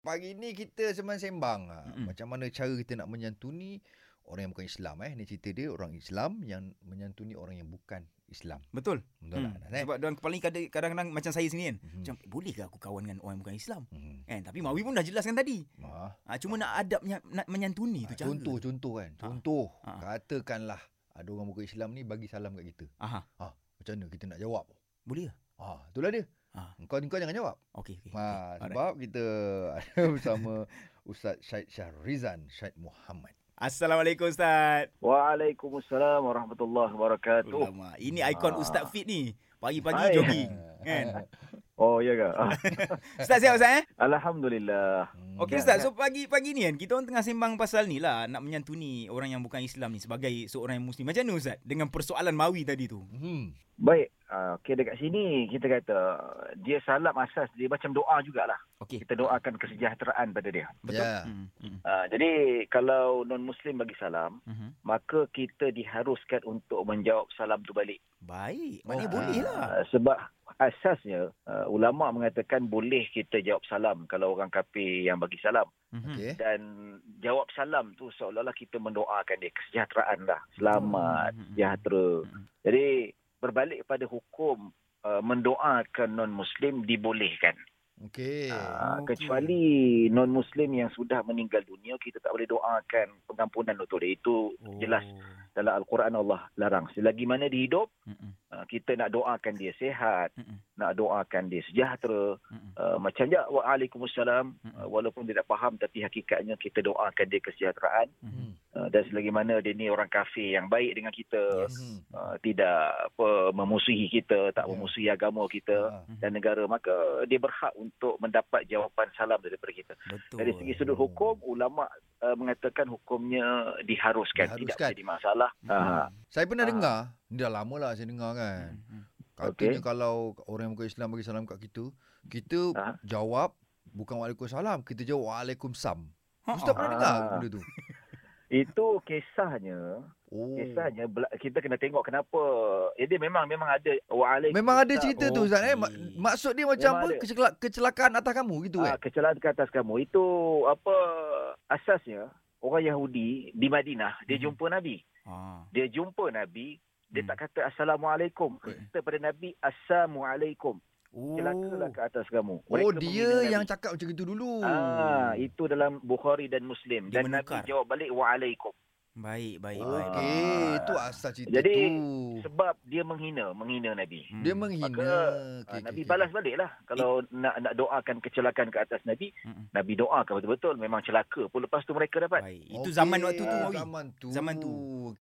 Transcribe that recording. pagi ni kita sembang-sembang. Ah, Mm-mm. Macam mana cara kita nak menyantuni orang yang bukan Islam eh. Ni cerita dia orang Islam yang menyantuni orang yang bukan Islam. Betul. Betul Hmm. tak? Anas, eh? Sebab dalam kepala ni kadang- kadang-kadang macam saya sendiri kan. Mhm. Macam boleh ke aku kawan dengan orang yang bukan Islam? Hmm. Kan? Tapi Mawi pun dah jelaskan tadi. Ha. Ha, cuma nak adab menya- nak menyantuni tu Ha, cara. contoh tu. contoh kan. Ha. Contoh. Ha. Katakanlah ada orang bukan Islam ni bagi salam kat kita. Aha, Macam mana kita nak jawab? boleh ke? Ha, itulah dia. Ha. Kau kau jangan jawab. Okey okey. Ha, Alright. sebab kita ada bersama Ustaz Syed Syahrizan Syed Muhammad. Assalamualaikum Ustaz. Waalaikumsalam warahmatullahi wabarakatuh. Ulama. Ini ikon Ah. Ustaz Fit ni. Pagi-pagi Hai. jogging. Kan? Oh ya ke? Ah, Ustaz sihat Ustaz eh? Alhamdulillah. Hmm. Okey Ya, Ustaz, ya. so pagi-pagi ni kan kita orang tengah sembang pasal ni lah nak menyantuni orang yang bukan Islam ni sebagai seorang yang muslim. Macam mana Ustaz dengan persoalan Mawi tadi tu? Hmm. Baik, ah, okey dekat sini kita kata dia salam asas dia macam doa jugalah. Okey. Kita doakan kesejahteraan pada dia. Betul. Ya. Hmm. Hmm. Ah, jadi kalau non muslim bagi salam, Mhm. maka kita diharuskan untuk menjawab salam tu balik. Baik. Maknanya Oh, boleh ah. lah. Ah, sebab asasnya ah, ulama mengatakan boleh kita jawab salam kalau orang kafir yang bagi salam. Mhm. Okey. dan jawab salam tu seolah-olah kita mendoakan dia kesejahteraan lah selamat Ya, Hmm. sejahtera jadi berbalik pada hukum uh, mendoakan non muslim dibolehkan Okey. uh, okey. kecuali non muslim yang sudah meninggal dunia kita tak boleh doakan pengampunan untuk dia itu Oh. jelas dalam al-Quran Allah larang selagi mana dia hidup Mhm. uh, kita nak doakan dia sihat Mhm. nak doakan dia sejahtera Mhm. uh, macam je waalaikumsalam Mhm. uh, walaupun dia tak faham tapi hakikatnya kita doakan dia kesejahteraan Mhm. Hmm. Uh, dan selagi mana dia ni orang kafir yang baik dengan kita Yes. Hmm. uh, tidak apa memusuhi kita tak Ya. memusuhi agama kita Ha. dan negara maka dia berhak untuk mendapat jawapan salam daripada kita Hmm. Betul. dari segi sudut hukum ulama uh, mengatakan hukumnya diharuskan, Diharuskan. tidak Hmm. menjadi masalah Mhm. uh, Saya pernah Ah. Hmm. dengar, ni dah lama lah saya dengar kan. Mhm. Katanya kalau orang yang bukan Islam bagi salam kat kita, kita Ah. jawab bukan Waalaikumsalam, kita jawab Waalaikumsam. Ha, Ustaz ha. pernah dengar Ah. benda tu? itu kisahnya Oh. kisahnya bela- kita kena tengok kenapa ya dia memang memang ada waalaikumsalam Memang ada cerita tu Ustaz eh. Ma- Okey. Maksud dia macam Memang apa? ada. Kecelakaan, kecelakaan atas kamu gitu Ah, eh. kecelakaan ke atas kamu itu apa asasnya orang Yahudi di Madinah dia Mhm. Hmm. jumpa Nabi. Ah. Dia jumpa Nabi, dia Hmm. tak kata assalamualaikum. Dia Eh. kata pada Nabi assalamualaikum. Oh. Celakalah ke atas kamu. Oh, Mereka dia menghina yang Nabi. cakap macam itu dulu. Ah, itu dalam Bukhari dan Muslim Dia dan menukar. Nabi jawab balik waalaikum. Baik, baik, Ah. baik. Okey, itu asal cerita Jadi, tu. Sebab dia menghina, menghina Nabi. Hmm. Dia menghina. Maka, Okey, Ah, okey, Eh. Nabi okey. balas baliklah kalau nak nak doakan kecelakaan ke atas Nabi, Mhm. Nabi doakan betul-betul memang celaka pun lepas tu mereka dapat. Baik. Itu Okey, zaman waktu tu ah, Mawi. Zaman tu. Zaman tu.